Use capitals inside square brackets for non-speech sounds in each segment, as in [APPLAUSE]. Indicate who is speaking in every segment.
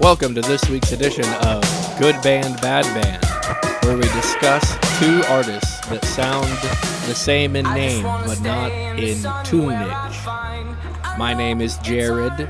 Speaker 1: Welcome to this week's edition of Good Band, Bad Band, where we discuss two artists that sound the same in name but not in tunage. My name is Jared.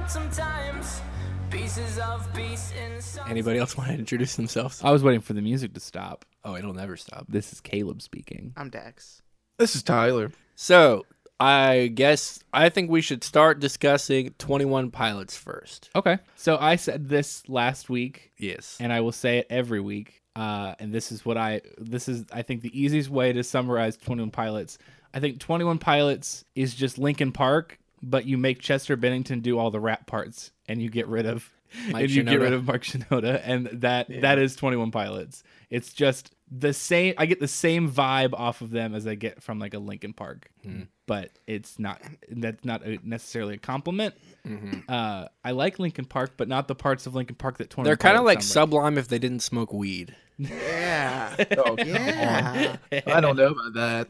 Speaker 1: Anybody else want to introduce themselves?
Speaker 2: I was waiting for the music to stop.
Speaker 1: Oh, it'll never stop.
Speaker 2: This is Caleb speaking.
Speaker 3: I'm Dex.
Speaker 4: This is Tyler.
Speaker 1: So, I guess I think we should start discussing 21 Pilots first.
Speaker 2: Okay. So I said this last week,
Speaker 1: Yes.
Speaker 2: and I will say it every week. Uh, and this is what I this is I think the easiest way to summarize Twenty One Pilots. I think Twenty One Pilots is just Linkin Park, but you make Chester Bennington do all the rap parts, and you get rid of
Speaker 1: Mike
Speaker 2: and you get
Speaker 1: Shinoda.
Speaker 2: rid of Mark Shinoda, and that that is Twenty One Pilots. It's just the same. I get the same vibe off of them as I get from like a Linkin Park,
Speaker 1: Hmm.
Speaker 2: but it's not that's not a, necessarily a compliment.
Speaker 1: Mm-hmm.
Speaker 2: Uh, I like Linkin Park, but not the parts of Linkin Park that Twenty.
Speaker 1: They're kind of like Sublime if they didn't smoke weed.
Speaker 3: Yeah.
Speaker 4: Oh,
Speaker 3: [LAUGHS] Yeah.
Speaker 4: I don't know about that.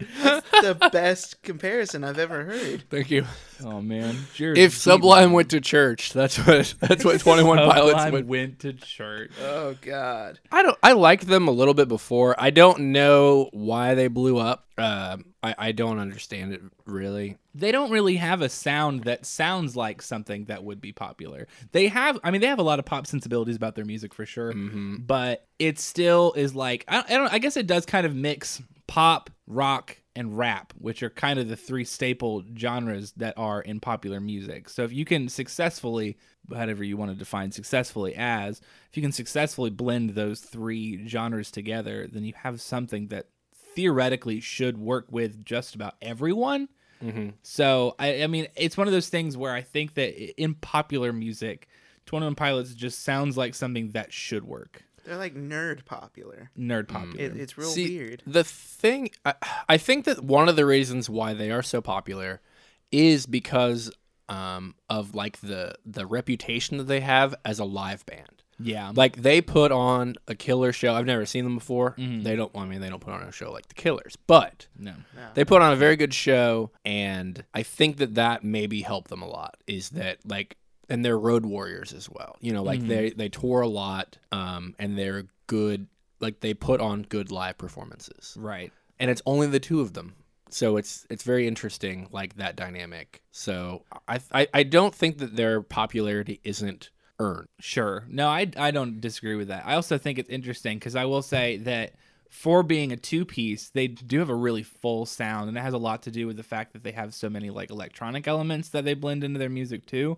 Speaker 3: the best comparison I've ever heard.
Speaker 1: [LAUGHS] Thank you.
Speaker 2: Oh man! Jared Diamond.
Speaker 1: If Sublime [LAUGHS] went to church, that's what [LAUGHS] that's what Twenty One Pilots
Speaker 2: Sublime
Speaker 1: would.
Speaker 2: went to church.
Speaker 3: Oh God.
Speaker 1: I don't. I liked them a little bit before. I don't know why they blew up. Um, I I don't understand it really.
Speaker 2: They don't really have a sound that sounds like something that would be popular. They have, I mean, they have a lot of pop sensibilities about their music for sure, but it still is like I, I don't. I guess it does kind of mix pop, rock, and rap, which are kind of the three staple genres that are in popular music. So if you can successfully, whatever you want to define successfully as, if you can successfully blend those three genres together, then you have something that theoretically should work with just about everyone. So I, I mean, it's one of those things where I think that i- in popular music, Twenty One Pilots just sounds like something that should work.
Speaker 3: They're like nerd popular.
Speaker 2: Nerd popular.
Speaker 3: It, it's real
Speaker 1: See,
Speaker 3: weird.
Speaker 1: The thing I, I think that one of the reasons why they are so popular is because um, of like the the reputation that they have as a live band.
Speaker 2: yeah.
Speaker 1: Like they put on a killer show. I've never seen them before. They don't. I mean, they don't put on a show like the Killers, but
Speaker 2: no.
Speaker 1: they put on a very good show and i think that that maybe helped them a lot is that like and they're road warriors as well you know like they they tour a lot um and they're good like they put on good live performances
Speaker 2: Right.
Speaker 1: and it's only the two of them so it's it's very interesting like that dynamic so i i, I don't think that their popularity isn't earned
Speaker 2: Sure. No, I I don't disagree with that. I also think it's interesting because I will say that for being a two piece, they do have a really full sound, and it has a lot to do with the fact that they have so many like electronic elements that they blend into their music too,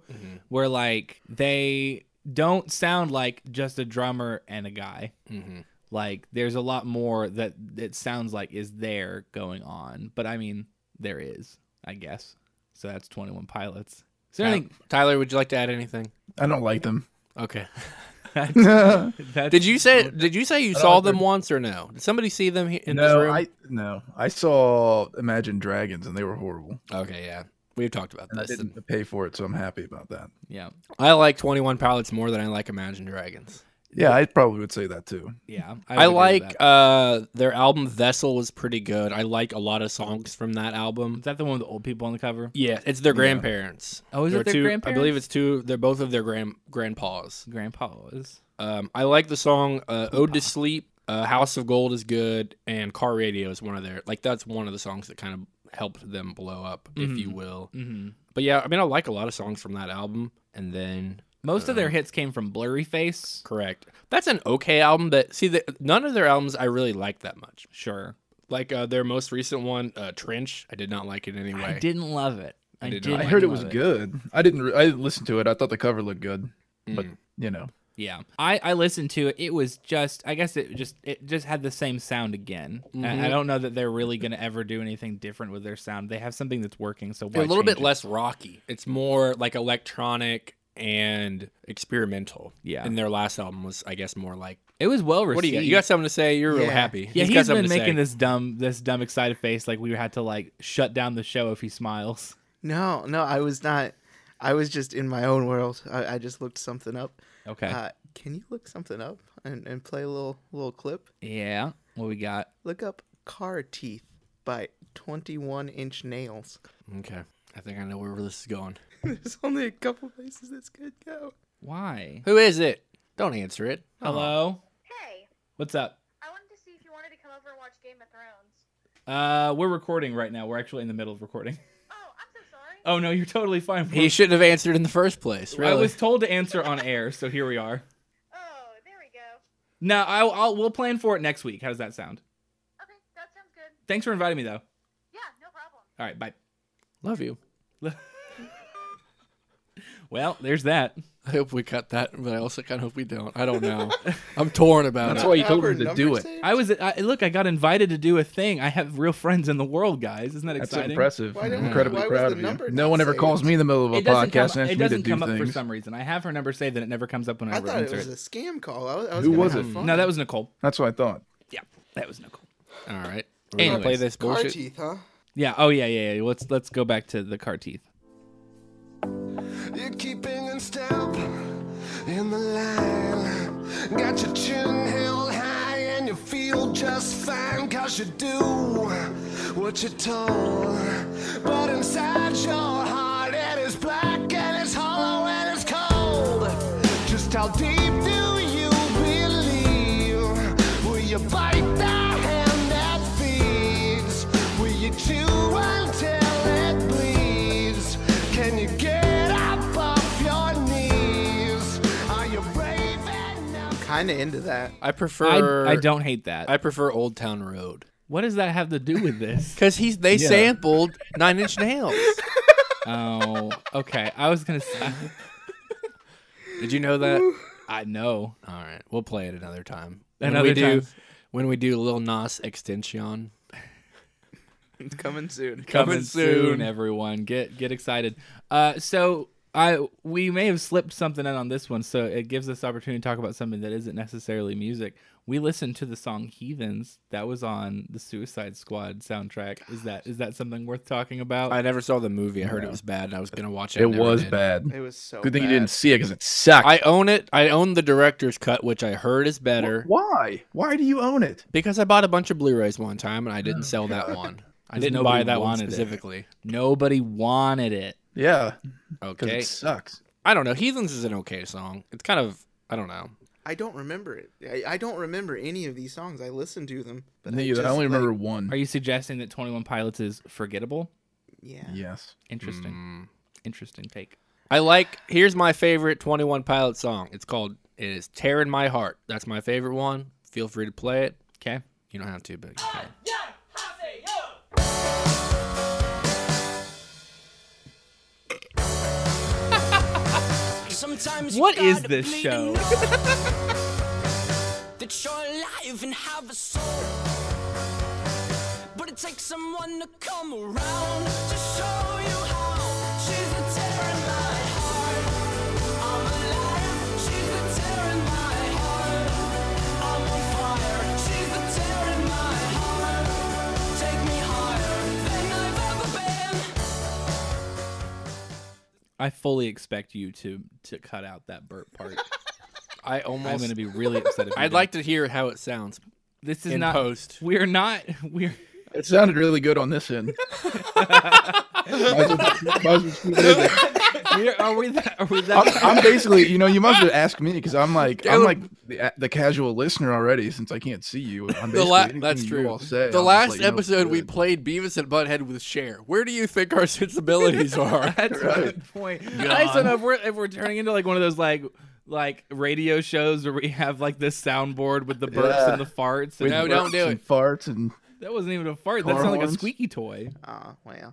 Speaker 2: where like they don't sound like just a drummer and a guy.
Speaker 1: mm-hmm.
Speaker 2: like there's a lot more that it sounds like is there going on but i mean there is i guess so that's 21 pilots is there anything
Speaker 1: tyler would you like to add anything
Speaker 4: I don't like them.
Speaker 1: okay
Speaker 2: [LAUGHS]
Speaker 4: no,
Speaker 2: that's,
Speaker 1: did you say did you say you
Speaker 4: don't
Speaker 1: saw
Speaker 4: like their-
Speaker 1: them once or no did somebody see them he- in this room
Speaker 4: I no. I saw Imagine Dragons and they were horrible.
Speaker 1: Okay, yeah. We've talked about
Speaker 4: And I
Speaker 1: this.
Speaker 4: didn't pay for it, so I'm happy about that.
Speaker 2: yeah
Speaker 1: I like 21 Pilots more than I like Imagine Dragons.
Speaker 4: Yeah, I probably would say that too.
Speaker 2: yeah would agree
Speaker 1: I,
Speaker 2: with
Speaker 1: like
Speaker 2: that.
Speaker 1: uh their album Vessel was pretty good. I like a lot of songs from that album.
Speaker 2: is that the one with the old people on the cover
Speaker 1: Yeah, it's their grandparents.
Speaker 2: Oh, is
Speaker 1: There
Speaker 2: it their
Speaker 1: were two, I believe
Speaker 2: grandparents?
Speaker 1: it's two. They're both of their grand grandpas.
Speaker 2: grandpa is
Speaker 1: Um, I like the song uh, "Ode to Sleep." Uh, "House of Gold" is good, and "Car Radio" is one of their like. That's one of the songs that kind of helped them blow up, if you will.
Speaker 2: mm-hmm.
Speaker 1: But yeah, I mean, I like a lot of songs from that album. And then
Speaker 2: most of their hits came from blurry face
Speaker 1: Correct. That's an okay album, but see, the, none of their albums I really like that much.
Speaker 2: sure
Speaker 1: Like uh, their most recent one, uh, Trench, I did not like it anyway.
Speaker 2: i didn't love it i,
Speaker 1: did
Speaker 2: did
Speaker 1: not.
Speaker 2: not
Speaker 4: I heard it was
Speaker 2: love
Speaker 4: good. I didn't. Re- I didn't listen to it. I thought the cover looked good, but you know,
Speaker 2: Yeah, I I listened to it. It was just I guess it just it just had the same sound again. I-
Speaker 1: Mm-hmm.
Speaker 2: I, don't know that they're really gonna ever do anything different with their sound. They have something that's working, so why
Speaker 1: They're a little
Speaker 2: change
Speaker 1: bit
Speaker 2: it?
Speaker 1: less rocky. It's more like electronic and experimental.
Speaker 2: Yeah.
Speaker 1: And their last album was, I guess, more like.
Speaker 2: It was well received.
Speaker 1: What do you got? You got something to say? You're real
Speaker 3: Yeah.
Speaker 1: happy.
Speaker 2: yeah, he's
Speaker 1: got
Speaker 2: been
Speaker 1: something to
Speaker 2: making
Speaker 1: say.
Speaker 2: this dumb this dumb excited face like we had to like shut down the show if he smiles.
Speaker 3: No, no, I was not. I was just in my own world. I, I just looked something up.
Speaker 2: Okay.
Speaker 3: Uh, can you look something up and, and play a little little clip?
Speaker 2: yeah. What we got?
Speaker 3: Look up "Car Teeth" by Twenty One Inch Nails. [LAUGHS]
Speaker 1: Okay. I think I know where this is going.
Speaker 3: There's only a couple places this could go.
Speaker 2: Why?
Speaker 1: Who is it? Don't answer it.
Speaker 2: Hello,
Speaker 5: Hey,
Speaker 2: what's up?
Speaker 5: I wanted to see if you wanted to come over and watch Game of Thrones.
Speaker 2: Uh, we're recording right now. We're actually in the middle of recording. [LAUGHS]
Speaker 5: Oh, I'm so sorry.
Speaker 2: Oh no, you're totally fine.
Speaker 1: He shouldn't have answered in the first place. Really.
Speaker 2: I was told to answer on air, so here we are.
Speaker 5: Oh, there we go.
Speaker 2: No, I'll, I'll we'll plan for it next week. How does that sound?
Speaker 5: Okay, that sounds good.
Speaker 2: Thanks for inviting me, though.
Speaker 5: Yeah, no problem.
Speaker 2: All right, bye. [LAUGHS]
Speaker 1: Love you.
Speaker 2: Well, there's that.
Speaker 1: I hope we cut that, but I also kind of hope we don't. I don't [LAUGHS] know. I'm torn about
Speaker 4: That's
Speaker 1: it.
Speaker 4: why you told
Speaker 3: Number-
Speaker 4: her to
Speaker 3: number
Speaker 4: do it.
Speaker 3: saved?
Speaker 2: I was I, look. I got invited to do a thing. I have real friends in the world, guys. Isn't that
Speaker 4: That's
Speaker 2: exciting?
Speaker 4: impressive.
Speaker 3: Why
Speaker 4: I'm
Speaker 3: didn't-
Speaker 4: incredibly
Speaker 3: why was
Speaker 4: proud
Speaker 3: the
Speaker 4: of
Speaker 3: number
Speaker 4: you.
Speaker 3: not
Speaker 4: No one ever
Speaker 3: saved?
Speaker 4: calls me in the middle of a
Speaker 2: It doesn't
Speaker 4: podcast
Speaker 2: come,
Speaker 4: and asks
Speaker 2: it
Speaker 4: me to
Speaker 2: doesn't
Speaker 4: do
Speaker 2: come up for
Speaker 4: things.
Speaker 2: some reason. I have her number saved, and it never comes up
Speaker 3: I
Speaker 2: whenever I,
Speaker 3: thought it
Speaker 2: enter
Speaker 3: was
Speaker 2: it.
Speaker 3: a scam call. I was, I was
Speaker 4: Who
Speaker 3: gonna
Speaker 4: was
Speaker 3: have
Speaker 4: it?
Speaker 3: fun.
Speaker 2: No, that was Nicole.
Speaker 4: That's what I thought.
Speaker 2: Yeah, that was Nicole.
Speaker 1: All right. We're gonna play
Speaker 2: Anyways.
Speaker 1: this
Speaker 3: car
Speaker 1: bullshit.
Speaker 3: teeth, huh?
Speaker 2: Yeah. Oh yeah, yeah. yeah. Let's let's go back to the car teeth.
Speaker 6: You're keeping in step in the line. Got your chin held high and you feel just fine. Cause you do what you're told. But inside your heart, it is black and it's hollow and it's cold. Just how deep do you believe? Will you bite the hand that feeds? Will you chew until it bleeds? Can you get up off your knees? Are you brave enough?
Speaker 3: Kind of into that.
Speaker 1: I prefer.
Speaker 2: I, I don't hate that.
Speaker 1: I prefer Old Town Road
Speaker 2: what does that have to do with
Speaker 4: [LAUGHS]
Speaker 2: this?
Speaker 1: because he's they sampled Nine Inch Nails.
Speaker 2: oh, okay. I was gonna. Say, [LAUGHS]
Speaker 1: Did you know that?
Speaker 2: I know.
Speaker 1: [LAUGHS] All right, we'll play it another time.
Speaker 2: Another
Speaker 1: we do,
Speaker 2: time.
Speaker 1: when we do Lil Nas Extension.
Speaker 3: It's coming soon.
Speaker 2: coming soon, everyone. Get get excited. Uh, so I we may have slipped something in on this one, so it gives us the opportunity to talk about something that isn't necessarily music. We listened to the song "Heathens" that was on the Suicide Squad soundtrack. Is that is that something worth talking about?
Speaker 1: I never saw the movie. I heard it
Speaker 4: No.
Speaker 1: was bad, and I was gonna watch it.
Speaker 4: It
Speaker 1: and never
Speaker 4: was
Speaker 1: did.
Speaker 4: bad.
Speaker 3: It was so.
Speaker 4: Good thing you
Speaker 3: bad.
Speaker 4: didn't see it because it sucked.
Speaker 1: I own it. I own the director's cut, which I heard is better
Speaker 4: Why? Why do you own it?
Speaker 1: because I bought a bunch of Blu-rays one time, and I didn't sell that one. [LAUGHS] I
Speaker 2: Because
Speaker 1: Hmm. didn't
Speaker 2: nobody
Speaker 1: buy that one
Speaker 2: wanted it.
Speaker 1: specifically.
Speaker 2: Nobody wanted it.
Speaker 4: Yeah, because
Speaker 1: Okay,
Speaker 4: it sucks.
Speaker 1: I don't know. Heathens is an okay song. It's kind of I don't know.
Speaker 3: I don't remember it. I, I don't remember any of these songs. I listened to them, but I,
Speaker 4: Neither.
Speaker 3: just,
Speaker 4: I only
Speaker 3: like,
Speaker 4: remember one.
Speaker 2: Are you suggesting that Twenty One Pilots is forgettable?
Speaker 3: Yeah.
Speaker 4: yes.
Speaker 2: Interesting.
Speaker 1: Mm.
Speaker 2: Interesting take.
Speaker 1: I like. Here's my favorite Twenty One Pilot song. It's called. It is "Tearing My Heart." That's my favorite one. Feel free to play it.
Speaker 2: Okay.
Speaker 1: You don't have to, but you can.
Speaker 7: Sometimes
Speaker 2: What
Speaker 7: you
Speaker 2: is
Speaker 7: gotta
Speaker 2: this
Speaker 7: bleed
Speaker 2: show?
Speaker 7: to know that you're alive and have a soul. But it takes someone to come around to show you how. She's the tear in my heart. I'm alive. She's the tear in my heart. I'm on fire. She's the tear in my heart. Take me higher than I've ever been.
Speaker 2: I fully expect you to to cut out that burp
Speaker 1: [LAUGHS]
Speaker 2: part.
Speaker 1: I
Speaker 2: I'm
Speaker 1: almost.
Speaker 2: going to be really upset. If you
Speaker 1: I'd
Speaker 2: do.
Speaker 1: like to hear how it sounds.
Speaker 2: This is
Speaker 1: in
Speaker 2: not.
Speaker 1: post.
Speaker 2: We're not. We're.
Speaker 4: It sounded really good on
Speaker 1: [LAUGHS]
Speaker 4: this end. Might as well- might as well keep it in there.
Speaker 2: We're, are we that? Are we
Speaker 4: I'm,
Speaker 2: that?
Speaker 4: I'm basically, you know, you must have asked me because I'm like, I'm
Speaker 1: Caleb-
Speaker 4: like the, the casual listener already since I can't see you. I'm
Speaker 1: The
Speaker 4: basically
Speaker 1: la-
Speaker 4: anything
Speaker 1: that's
Speaker 4: you
Speaker 1: true.
Speaker 4: all say,
Speaker 1: the
Speaker 4: I'm just
Speaker 1: last
Speaker 4: like, you know, it's
Speaker 1: episode we
Speaker 4: good.
Speaker 1: played Beavis and Butthead with Cher. Where do you think
Speaker 2: [LAUGHS]
Speaker 1: our [LAUGHS] sensibilities are?
Speaker 2: That's a good point. I just don't know if we're if we're turning into like one of those like like radio shows where we have like this soundboard with the burps
Speaker 4: Yeah.
Speaker 2: and the farts. And
Speaker 4: With
Speaker 1: No, don't
Speaker 4: burps
Speaker 1: do
Speaker 4: and farts and
Speaker 2: that wasn't even a fart.
Speaker 4: Car
Speaker 2: That sounded like a
Speaker 4: horns.
Speaker 2: squeaky toy.
Speaker 3: Ah, well.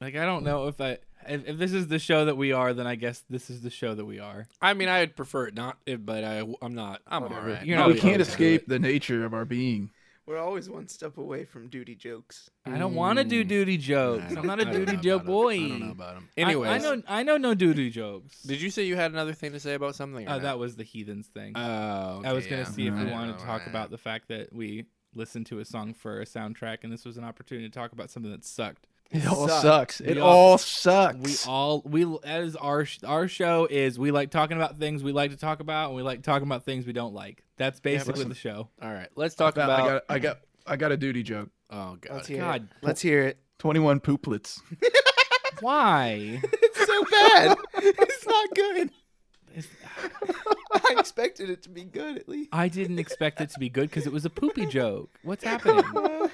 Speaker 2: Like I don't know if I if, if this is the show that we are, then I guess this is the show that we are.
Speaker 1: I mean, I'd prefer it not, eh, but I, I'm not. I'm all right.
Speaker 2: You're
Speaker 4: no,
Speaker 2: not
Speaker 4: we
Speaker 2: allowed
Speaker 4: can't
Speaker 2: to do
Speaker 4: escape the nature of our being.
Speaker 3: We're always one step away from duty jokes.
Speaker 2: I don't want to do duty jokes. I'm not a
Speaker 1: Mm. I don't know
Speaker 2: duty
Speaker 1: about
Speaker 2: joke
Speaker 1: 'em.
Speaker 2: boy.
Speaker 1: I don't know about him.
Speaker 2: I-
Speaker 1: Anyways,
Speaker 2: I, know I know no duty jokes.
Speaker 1: did you say you had another thing to say about something? or
Speaker 2: Uh,
Speaker 1: no?
Speaker 2: that was the heathens thing.
Speaker 1: Oh,
Speaker 2: I was
Speaker 1: okay,
Speaker 2: gonna
Speaker 1: yeah.
Speaker 2: see if we
Speaker 1: Alright,
Speaker 2: wanted to talk
Speaker 1: alright.
Speaker 2: about the fact that we listened to a song for a soundtrack, and this was an opportunity to talk about something that sucked.
Speaker 4: It all
Speaker 3: sucked.
Speaker 4: sucks. It
Speaker 2: We all-
Speaker 4: all sucks.
Speaker 2: We all we as our sh- our show is we like talking about things we like to talk about, and we like talking about things we don't like. That's basically
Speaker 4: listen.
Speaker 2: the show.
Speaker 1: All right, let's talk
Speaker 4: I
Speaker 1: about.
Speaker 4: got, I got, I got a duty joke.
Speaker 1: oh
Speaker 3: Let's
Speaker 1: god,
Speaker 3: hear
Speaker 2: God.
Speaker 3: it. Let's hear it. [LAUGHS]
Speaker 4: Twenty-one pooplets.
Speaker 2: Why? [LAUGHS]
Speaker 3: It's so bad. it's not good.
Speaker 2: Is-
Speaker 3: [LAUGHS] I expected it to be good
Speaker 2: [LAUGHS]
Speaker 3: at least.
Speaker 2: I didn't expect it to be good because it was a poopy joke. What's
Speaker 3: [LAUGHS]
Speaker 2: happening? [LAUGHS]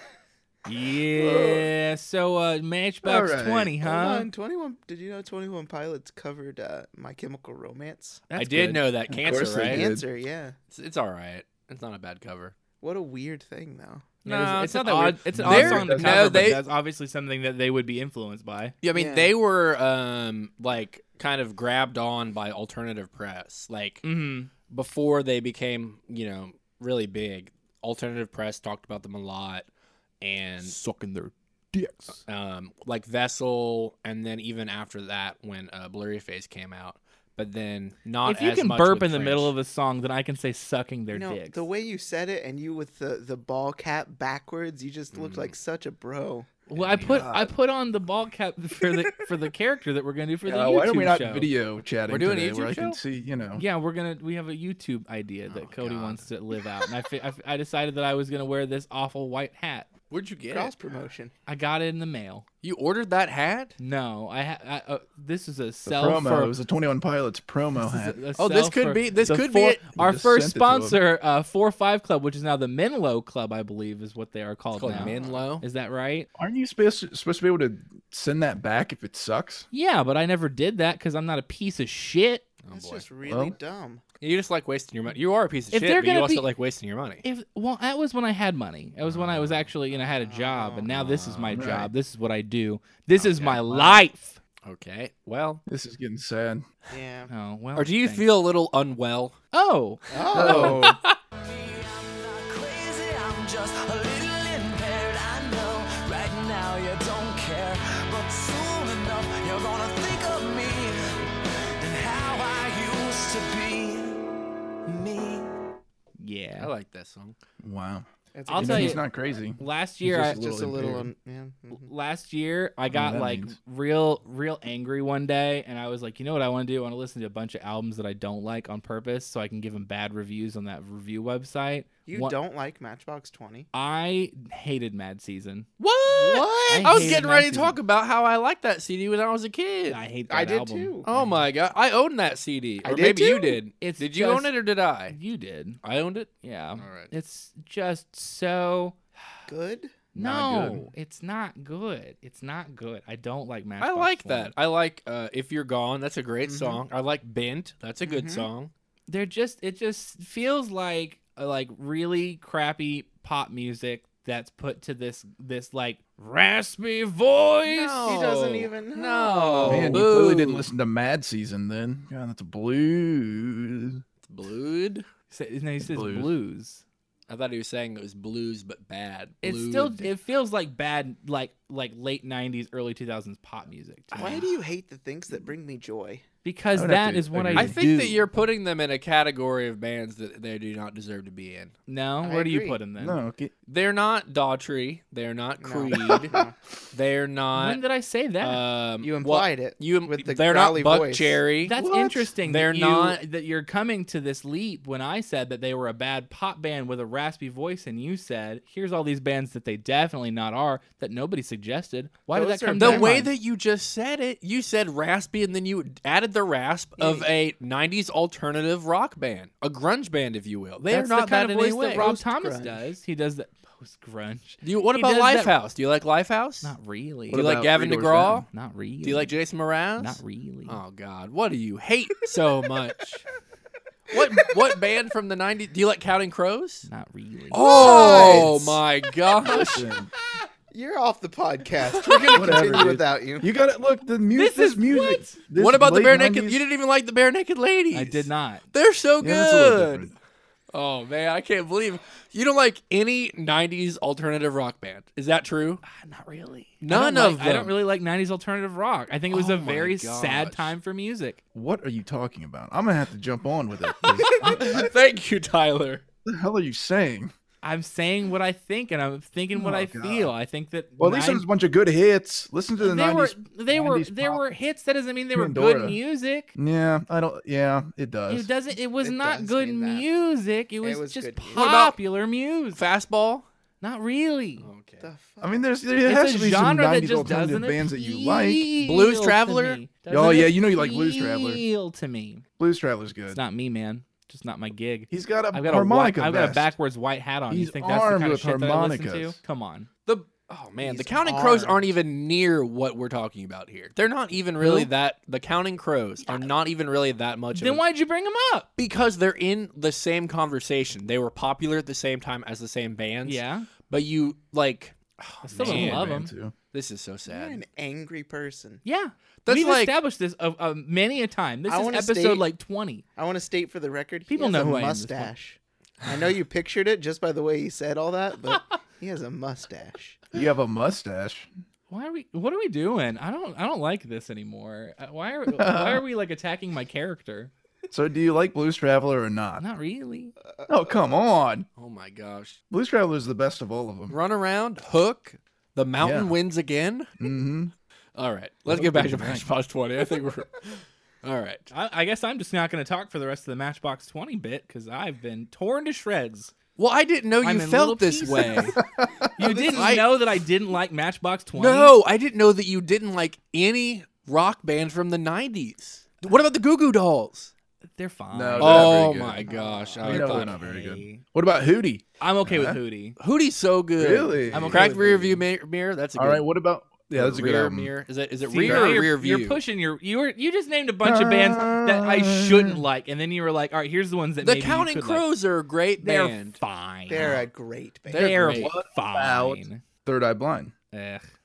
Speaker 2: Yeah. So uh Matchbox
Speaker 4: All right.
Speaker 2: Twenty, huh?
Speaker 3: Hold on, 21. Did you know 21 Pilots covered uh, My Chemical Romance?
Speaker 1: I did
Speaker 2: good.
Speaker 1: know that cancer,
Speaker 4: course they
Speaker 1: right?
Speaker 4: did.
Speaker 3: Answer, yeah.
Speaker 1: It's, it's all right. It's not a bad cover.
Speaker 3: What a weird thing, though.
Speaker 2: No,
Speaker 1: Yeah,
Speaker 2: it's,
Speaker 1: it's- it's not
Speaker 2: an
Speaker 1: that
Speaker 2: odd.
Speaker 1: weird.
Speaker 2: It's an
Speaker 1: They're-
Speaker 2: odd song to
Speaker 1: no,
Speaker 2: cover, but
Speaker 1: they-
Speaker 2: that's obviously something that they would be influenced by.
Speaker 1: Yeah, I mean
Speaker 3: Yeah.
Speaker 1: they were um like kind of grabbed on by alternative press. Like
Speaker 2: hmm
Speaker 1: before they became, you know, really big, alternative press talked about them a lot and
Speaker 2: Sucking their dicks.
Speaker 1: um like Vessel and then even after that when uh, Blurry Face came out. But then not
Speaker 2: If you
Speaker 1: as
Speaker 2: can
Speaker 1: much
Speaker 2: burp
Speaker 1: with
Speaker 2: in the
Speaker 1: Trench.
Speaker 2: middle of a song, then I can say sucking their
Speaker 3: You know,
Speaker 2: dicks.
Speaker 3: the way you said it and you with the, the ball cap backwards, you just looked like such a bro.
Speaker 2: well, I put I put on the ball cap [LAUGHS] for the for the character that we're gonna do for the
Speaker 4: Uh,
Speaker 2: YouTube
Speaker 4: why are we not
Speaker 2: show.
Speaker 4: video chatting
Speaker 1: We're doing a
Speaker 4: today where
Speaker 1: YouTube
Speaker 4: I can
Speaker 1: show?
Speaker 4: see, you know.
Speaker 2: Yeah, we're gonna we have a YouTube idea that Cody
Speaker 1: Oh, God.
Speaker 2: wants to live out, and I, fi- I fi- I decided that I was gonna wear this awful white hat.
Speaker 1: Where'd you get
Speaker 3: Cross
Speaker 1: it?
Speaker 3: promotion.
Speaker 2: I got it in the mail.
Speaker 1: You ordered that hat?
Speaker 2: No, I, ha- I uh, this is a
Speaker 4: The
Speaker 2: self
Speaker 4: promo.
Speaker 2: for
Speaker 4: It was a 21 Pilots promo
Speaker 2: This
Speaker 4: hat.
Speaker 2: is a- a
Speaker 1: Oh, this
Speaker 2: sell
Speaker 1: could
Speaker 2: for
Speaker 1: be- this
Speaker 2: the
Speaker 1: could be
Speaker 2: four,
Speaker 1: it.
Speaker 2: our
Speaker 4: Just
Speaker 2: first
Speaker 4: sent it to 'em.
Speaker 2: sponsor, uh, Four Five Club, which is now the Menlo Club, I believe, is what they are called,
Speaker 1: It's called
Speaker 2: now.
Speaker 1: Menlo.
Speaker 2: Is that right?
Speaker 4: Aren't you supposed to, supposed to be able to send that back if it sucks?
Speaker 2: Yeah, but I never did that because I'm not a piece of shit.
Speaker 1: Oh
Speaker 3: That's
Speaker 1: boy.
Speaker 3: just really
Speaker 4: Well-
Speaker 3: dumb.
Speaker 1: You just like wasting your money. You are a piece of
Speaker 2: If
Speaker 1: shit,
Speaker 2: they're
Speaker 1: but you
Speaker 2: gonna
Speaker 1: also
Speaker 2: be-
Speaker 1: like wasting your money.
Speaker 2: If well, that was when I had money. That was when I was actually, you know, had a job, and now this is my
Speaker 4: Right.
Speaker 2: job. This is what I do. This is
Speaker 1: Okay,
Speaker 2: my
Speaker 1: wow.
Speaker 2: life.
Speaker 1: Okay. Well,
Speaker 4: This is getting sad.
Speaker 3: Yeah.
Speaker 2: [LAUGHS] Oh well.
Speaker 1: or do you
Speaker 2: thanks.
Speaker 1: feel a little unwell?
Speaker 2: Oh,
Speaker 4: Oh,
Speaker 7: I'm not crazy, I'm just a little impaired. I know right now you don't care, but soon enough you're gonna think of me and how I used to be me.
Speaker 1: I
Speaker 2: yeah.
Speaker 1: like that song.
Speaker 4: wow.
Speaker 3: That's
Speaker 2: I'll
Speaker 4: You
Speaker 3: good.
Speaker 4: know
Speaker 2: tell
Speaker 4: he's
Speaker 2: you-
Speaker 4: not crazy.
Speaker 2: Last year, I,
Speaker 4: just
Speaker 3: just a little.
Speaker 4: impaired.
Speaker 3: Un- yeah. mhm.
Speaker 2: last year I got
Speaker 4: that
Speaker 2: like
Speaker 4: means.
Speaker 2: real real angry one day and I was like, you know what I want to do? I want to listen to a bunch of albums that I don't like on purpose so I can give them bad reviews on that review website.
Speaker 3: You
Speaker 2: One-
Speaker 3: don't like Matchbox 20?
Speaker 2: I hated Mad Season.
Speaker 1: What?
Speaker 2: I
Speaker 1: What? I, was
Speaker 2: hated
Speaker 1: getting
Speaker 2: that
Speaker 1: ready to
Speaker 2: CD.
Speaker 1: talk about how I liked that CD when I was a kid.
Speaker 2: I hate that
Speaker 3: I did
Speaker 2: album.
Speaker 3: too.
Speaker 1: oh my god, I owned that CD.
Speaker 3: I
Speaker 1: or
Speaker 3: did
Speaker 1: maybe you
Speaker 3: too.
Speaker 1: did.
Speaker 2: It's
Speaker 1: did you
Speaker 2: just-
Speaker 1: own it or did I? Um,
Speaker 2: You did.
Speaker 1: I owned it.
Speaker 2: Yeah.
Speaker 1: All right.
Speaker 2: It's just so
Speaker 3: Good.
Speaker 4: Not
Speaker 2: no, it's not good. It's not good. I don't like Mad.
Speaker 1: I like that. I like uh, "If You're Gone." That's a great song. I like "Bent." That's a good
Speaker 3: Mhm.
Speaker 1: song.
Speaker 2: they're just it just feels like uh, like really crappy pop music that's put to this this like raspy voice.
Speaker 3: He doesn't even
Speaker 1: No.
Speaker 3: know.
Speaker 4: Man, you clearly didn't
Speaker 1: Oh, boo.
Speaker 4: listen to Mad Season then. God, that's blues.
Speaker 1: Blued.
Speaker 2: Sa- No, he says blues.
Speaker 4: Blues.
Speaker 1: I thought he was saying it was blues, but bad.
Speaker 2: It's
Speaker 1: Blued.
Speaker 2: still it feels like bad like like late '90s, early 2000s pop music to me.
Speaker 3: Why do you hate the things that bring me joy?
Speaker 2: because
Speaker 4: I would have
Speaker 2: that
Speaker 4: to
Speaker 2: is what I.
Speaker 4: agree.
Speaker 1: I
Speaker 4: They
Speaker 1: think
Speaker 2: do.
Speaker 1: that you're putting them in a category of bands that they do not deserve to be in.
Speaker 2: no.
Speaker 3: I
Speaker 2: where do you
Speaker 3: agree.
Speaker 2: put him then?
Speaker 4: No, okay.
Speaker 1: They're not Daughtry. They're not
Speaker 3: No.
Speaker 1: Creed.
Speaker 2: [LAUGHS]
Speaker 3: [LAUGHS] No.
Speaker 1: They're
Speaker 2: When
Speaker 1: not.
Speaker 2: did I say that?
Speaker 1: Um,
Speaker 3: You
Speaker 1: well,
Speaker 3: implied it.
Speaker 1: you
Speaker 3: with the
Speaker 1: they're not
Speaker 3: growly
Speaker 1: Buck
Speaker 3: voice.
Speaker 1: Cherry.
Speaker 2: That's
Speaker 1: What?
Speaker 2: interesting.
Speaker 1: They're
Speaker 2: that you,
Speaker 1: not.
Speaker 2: that you're coming to this leap when I said that they were a bad pop band with a raspy voice, and you said, "Here's all these bands that they definitely not are that nobody suggested." Why did
Speaker 3: Those
Speaker 2: that
Speaker 3: are
Speaker 2: come?
Speaker 1: The
Speaker 2: to your
Speaker 1: way
Speaker 2: mind?
Speaker 1: that you just said it, you said raspy, and then you added the rasp of a '90s alternative rock band, a grunge band, if you will. They
Speaker 2: that's
Speaker 1: are not
Speaker 2: the kind of
Speaker 1: that in
Speaker 2: voice
Speaker 1: any way.
Speaker 2: that Rob
Speaker 3: Post
Speaker 2: Thomas
Speaker 3: grunge.
Speaker 2: does. He does that post grunge.
Speaker 1: Do you, what
Speaker 2: he
Speaker 1: about
Speaker 2: does that-
Speaker 1: Lifehouse? Do you like Lifehouse?
Speaker 2: Not really.
Speaker 1: Do you like
Speaker 4: about
Speaker 1: Gavin
Speaker 4: Three Doors
Speaker 1: DeGraw?
Speaker 4: Down?
Speaker 2: Not really.
Speaker 1: Do you like Jason Mraz?
Speaker 2: Not really.
Speaker 1: Oh God, what do you hate so much? what what band from the '90s? Do you like Counting Crows?
Speaker 2: Not really.
Speaker 1: Oh my gosh!
Speaker 4: Listen,
Speaker 3: You're off the podcast. We're gonna
Speaker 4: Whatever,
Speaker 3: continue
Speaker 4: dude.
Speaker 3: without you.
Speaker 4: you gotta look the music.
Speaker 2: This
Speaker 4: This,
Speaker 2: is-
Speaker 4: is music.
Speaker 2: what?
Speaker 4: this
Speaker 1: what about the
Speaker 4: late
Speaker 1: bare naked?
Speaker 4: 90s
Speaker 1: You didn't even like the bare naked ladies.
Speaker 2: I did not.
Speaker 1: They're so
Speaker 4: Yeah, that's a little
Speaker 1: good.
Speaker 4: different.
Speaker 1: Oh man, I can't believe you don't like any '90s alternative rock band. Is that
Speaker 4: [LAUGHS]
Speaker 1: true?
Speaker 2: Not really.
Speaker 1: None
Speaker 2: I don't
Speaker 1: of
Speaker 2: like- I don't
Speaker 1: them.
Speaker 2: really like '90s alternative rock. I think it was
Speaker 1: Oh
Speaker 2: a
Speaker 1: my
Speaker 2: very sad
Speaker 1: gosh.
Speaker 2: time for music.
Speaker 4: What are you talking about? I'm gonna have to jump on with it. 'cause What
Speaker 1: Thank you, Tyler.
Speaker 4: the hell are you saying?
Speaker 2: I'm saying what I think, and I'm thinking what
Speaker 4: Oh,
Speaker 2: I
Speaker 4: God.
Speaker 2: feel. I think that
Speaker 4: Well, at least
Speaker 2: nine-
Speaker 4: there's a bunch of good hits. Listen to the
Speaker 2: they
Speaker 4: 90s.
Speaker 2: were they were
Speaker 4: 90s
Speaker 2: there
Speaker 4: pop.
Speaker 2: were hits. That doesn't mean they were good
Speaker 4: Pandora.
Speaker 2: music.
Speaker 4: Yeah, I don't. Yeah, it does.
Speaker 2: It doesn't. It was
Speaker 3: It
Speaker 2: not
Speaker 3: does
Speaker 2: good
Speaker 3: mean that.
Speaker 2: music. It was,
Speaker 3: was
Speaker 2: just
Speaker 3: good music.
Speaker 1: What about-
Speaker 2: popular music.
Speaker 1: Fastball.
Speaker 2: Not really.
Speaker 1: Oh okay.
Speaker 3: The fuck?
Speaker 4: I mean, there's there
Speaker 2: It's
Speaker 4: has
Speaker 2: a
Speaker 4: to be some
Speaker 2: genre that
Speaker 4: 90s
Speaker 2: just
Speaker 4: alternative
Speaker 2: doesn't e-
Speaker 4: bands that you like.
Speaker 2: appeal
Speaker 1: Blues
Speaker 2: to
Speaker 1: Traveler?
Speaker 2: me.
Speaker 4: Oh,
Speaker 2: Doesn't
Speaker 4: yeah, you know you like Blues Traveler.
Speaker 2: Appeal to me.
Speaker 4: Blues Traveler's good.
Speaker 2: It's not me, man. Just not my gig.
Speaker 4: He's got a
Speaker 2: I've got
Speaker 4: harmonica.
Speaker 2: a white, I've got a
Speaker 4: vest.
Speaker 2: backwards white hat on.
Speaker 4: He's
Speaker 2: you think that's the
Speaker 4: armed
Speaker 2: kind of
Speaker 4: with
Speaker 2: shit that I listen to?
Speaker 4: harmonicas.
Speaker 2: Come on.
Speaker 1: The oh man, the
Speaker 3: These
Speaker 1: Counting Crows
Speaker 3: arms.
Speaker 1: aren't even near what we're talking about here. They're not even really that. The Counting Crows are not even really that much.
Speaker 2: Then
Speaker 1: of a-
Speaker 2: why'd you bring him up?
Speaker 1: Because they're in the same conversation. They were popular at the same time as the same bands.
Speaker 2: Yeah.
Speaker 1: but you like. oh,
Speaker 2: I still
Speaker 1: man,
Speaker 2: don't love him.
Speaker 4: Band too.
Speaker 1: This is so sad.
Speaker 3: You're an angry person.
Speaker 2: Yeah.
Speaker 1: That's
Speaker 2: We've
Speaker 1: like-
Speaker 2: established this uh, uh, many a time. This
Speaker 3: I
Speaker 2: is
Speaker 3: wanna
Speaker 2: episode
Speaker 3: state-
Speaker 2: like 20.
Speaker 3: I want to state for the record, he
Speaker 2: People
Speaker 3: has
Speaker 2: know
Speaker 3: a
Speaker 2: who I am at this point.
Speaker 3: mustache. I know you pictured it just by the way he said all
Speaker 2: [LAUGHS]
Speaker 3: that, but he has a mustache.
Speaker 4: You have a mustache.
Speaker 2: Why are we? What are we doing? I don't. I don't like this anymore. Uh, Why
Speaker 1: [LAUGHS]
Speaker 2: are? why are we like attacking my character?
Speaker 4: So, do you like Blues Traveler or not?
Speaker 2: Not really.
Speaker 4: Oh, come on.
Speaker 1: Oh my gosh.
Speaker 4: Blues Traveler's the best of all of them.
Speaker 1: Run around, hook, the mountain
Speaker 4: Yeah.
Speaker 1: wins again.
Speaker 4: Mm-hmm.
Speaker 1: All right, let's get back to Matchbox Twenty. I think
Speaker 4: [LAUGHS]
Speaker 1: we're. All right.
Speaker 2: I, I guess I'm just not going to talk for the rest of the Matchbox 20 bit because I've been torn to shreds.
Speaker 1: Well, I didn't know Oh, you
Speaker 2: I'm in little
Speaker 1: felt this
Speaker 2: pieces. [LAUGHS]
Speaker 1: way. [LAUGHS]
Speaker 2: You didn't
Speaker 1: I-
Speaker 2: know that I didn't like Matchbox 20.
Speaker 1: no, I didn't know that you didn't like any rock band from the '90s. What about the Goo Goo Dolls?
Speaker 2: they're fine.
Speaker 4: No, they're not
Speaker 1: Oh
Speaker 4: very good.
Speaker 1: my gosh!
Speaker 4: We
Speaker 1: I
Speaker 4: know they're
Speaker 1: thought-
Speaker 4: not very
Speaker 2: Hey.
Speaker 4: good. What about Hootie?
Speaker 2: I'm okay with
Speaker 1: Uh-huh.
Speaker 4: Huh?
Speaker 2: Hootie.
Speaker 1: Hootie's so good.
Speaker 4: Really?
Speaker 2: I'm okay
Speaker 1: Cracked
Speaker 2: with
Speaker 1: rear
Speaker 2: Hootie.
Speaker 1: view mi- mirror. That's a good.
Speaker 4: All right. What about? Yeah, that's a good
Speaker 1: rear
Speaker 4: album.
Speaker 1: mirror. Is it is it
Speaker 2: See,
Speaker 1: rear
Speaker 2: now
Speaker 1: or
Speaker 2: you're,
Speaker 1: rear view?
Speaker 2: You're pushing your. You were. You just named a bunch of bands that I shouldn't like, and then you were like, "All right, here's the ones that
Speaker 1: the
Speaker 2: maybe you
Speaker 1: Counting
Speaker 2: could like."
Speaker 1: Crows are a great
Speaker 2: They're
Speaker 1: band.
Speaker 2: fine.
Speaker 3: They're a great band.
Speaker 1: They're
Speaker 2: They're
Speaker 1: great.
Speaker 2: fine.
Speaker 4: Third Eye Blind.
Speaker 2: Ugh.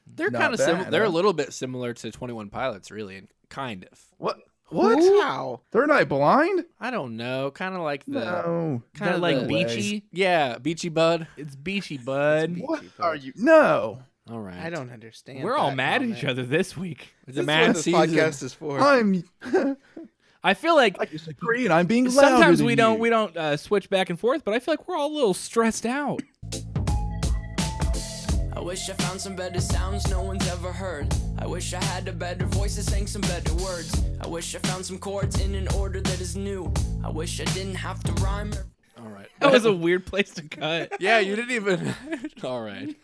Speaker 1: They're
Speaker 4: Not
Speaker 1: kind of similar.
Speaker 4: bad,
Speaker 1: They're a
Speaker 4: huh?
Speaker 1: little bit similar to Twenty One Pilots, really, and kind of.
Speaker 4: What? What?
Speaker 3: How?
Speaker 4: Third Eye Blind?
Speaker 1: I don't know. Kind of like the
Speaker 4: No.
Speaker 1: kind
Speaker 2: They're
Speaker 1: of
Speaker 2: like
Speaker 1: the-
Speaker 2: beachy.
Speaker 1: Yeah, Beachy Bud.
Speaker 2: It's beachy, bud.
Speaker 4: What are you? No.
Speaker 1: All right.
Speaker 3: I don't understand.
Speaker 2: We're all
Speaker 3: that
Speaker 2: mad at
Speaker 3: comment.
Speaker 2: each other this week.
Speaker 1: It's
Speaker 3: This
Speaker 1: a
Speaker 3: is
Speaker 1: mad
Speaker 3: what this
Speaker 1: season.
Speaker 3: podcast is for.
Speaker 4: I'm. [LAUGHS]
Speaker 2: I feel like
Speaker 4: I disagree, and I'm being louder
Speaker 2: sometimes
Speaker 4: than
Speaker 2: we don't
Speaker 4: you.
Speaker 2: we don't uh, switch back and forth, but I feel like we're all a little stressed out.
Speaker 7: I wish I found some better sounds no one's ever heard. I wish I had a better voice that sang some better words. I wish I found some chords in an order that is new. I wish I didn't have to rhyme. or-
Speaker 1: All right.
Speaker 2: That [LAUGHS] was a weird place to cut.
Speaker 1: yeah, you didn't even. [LAUGHS] All right.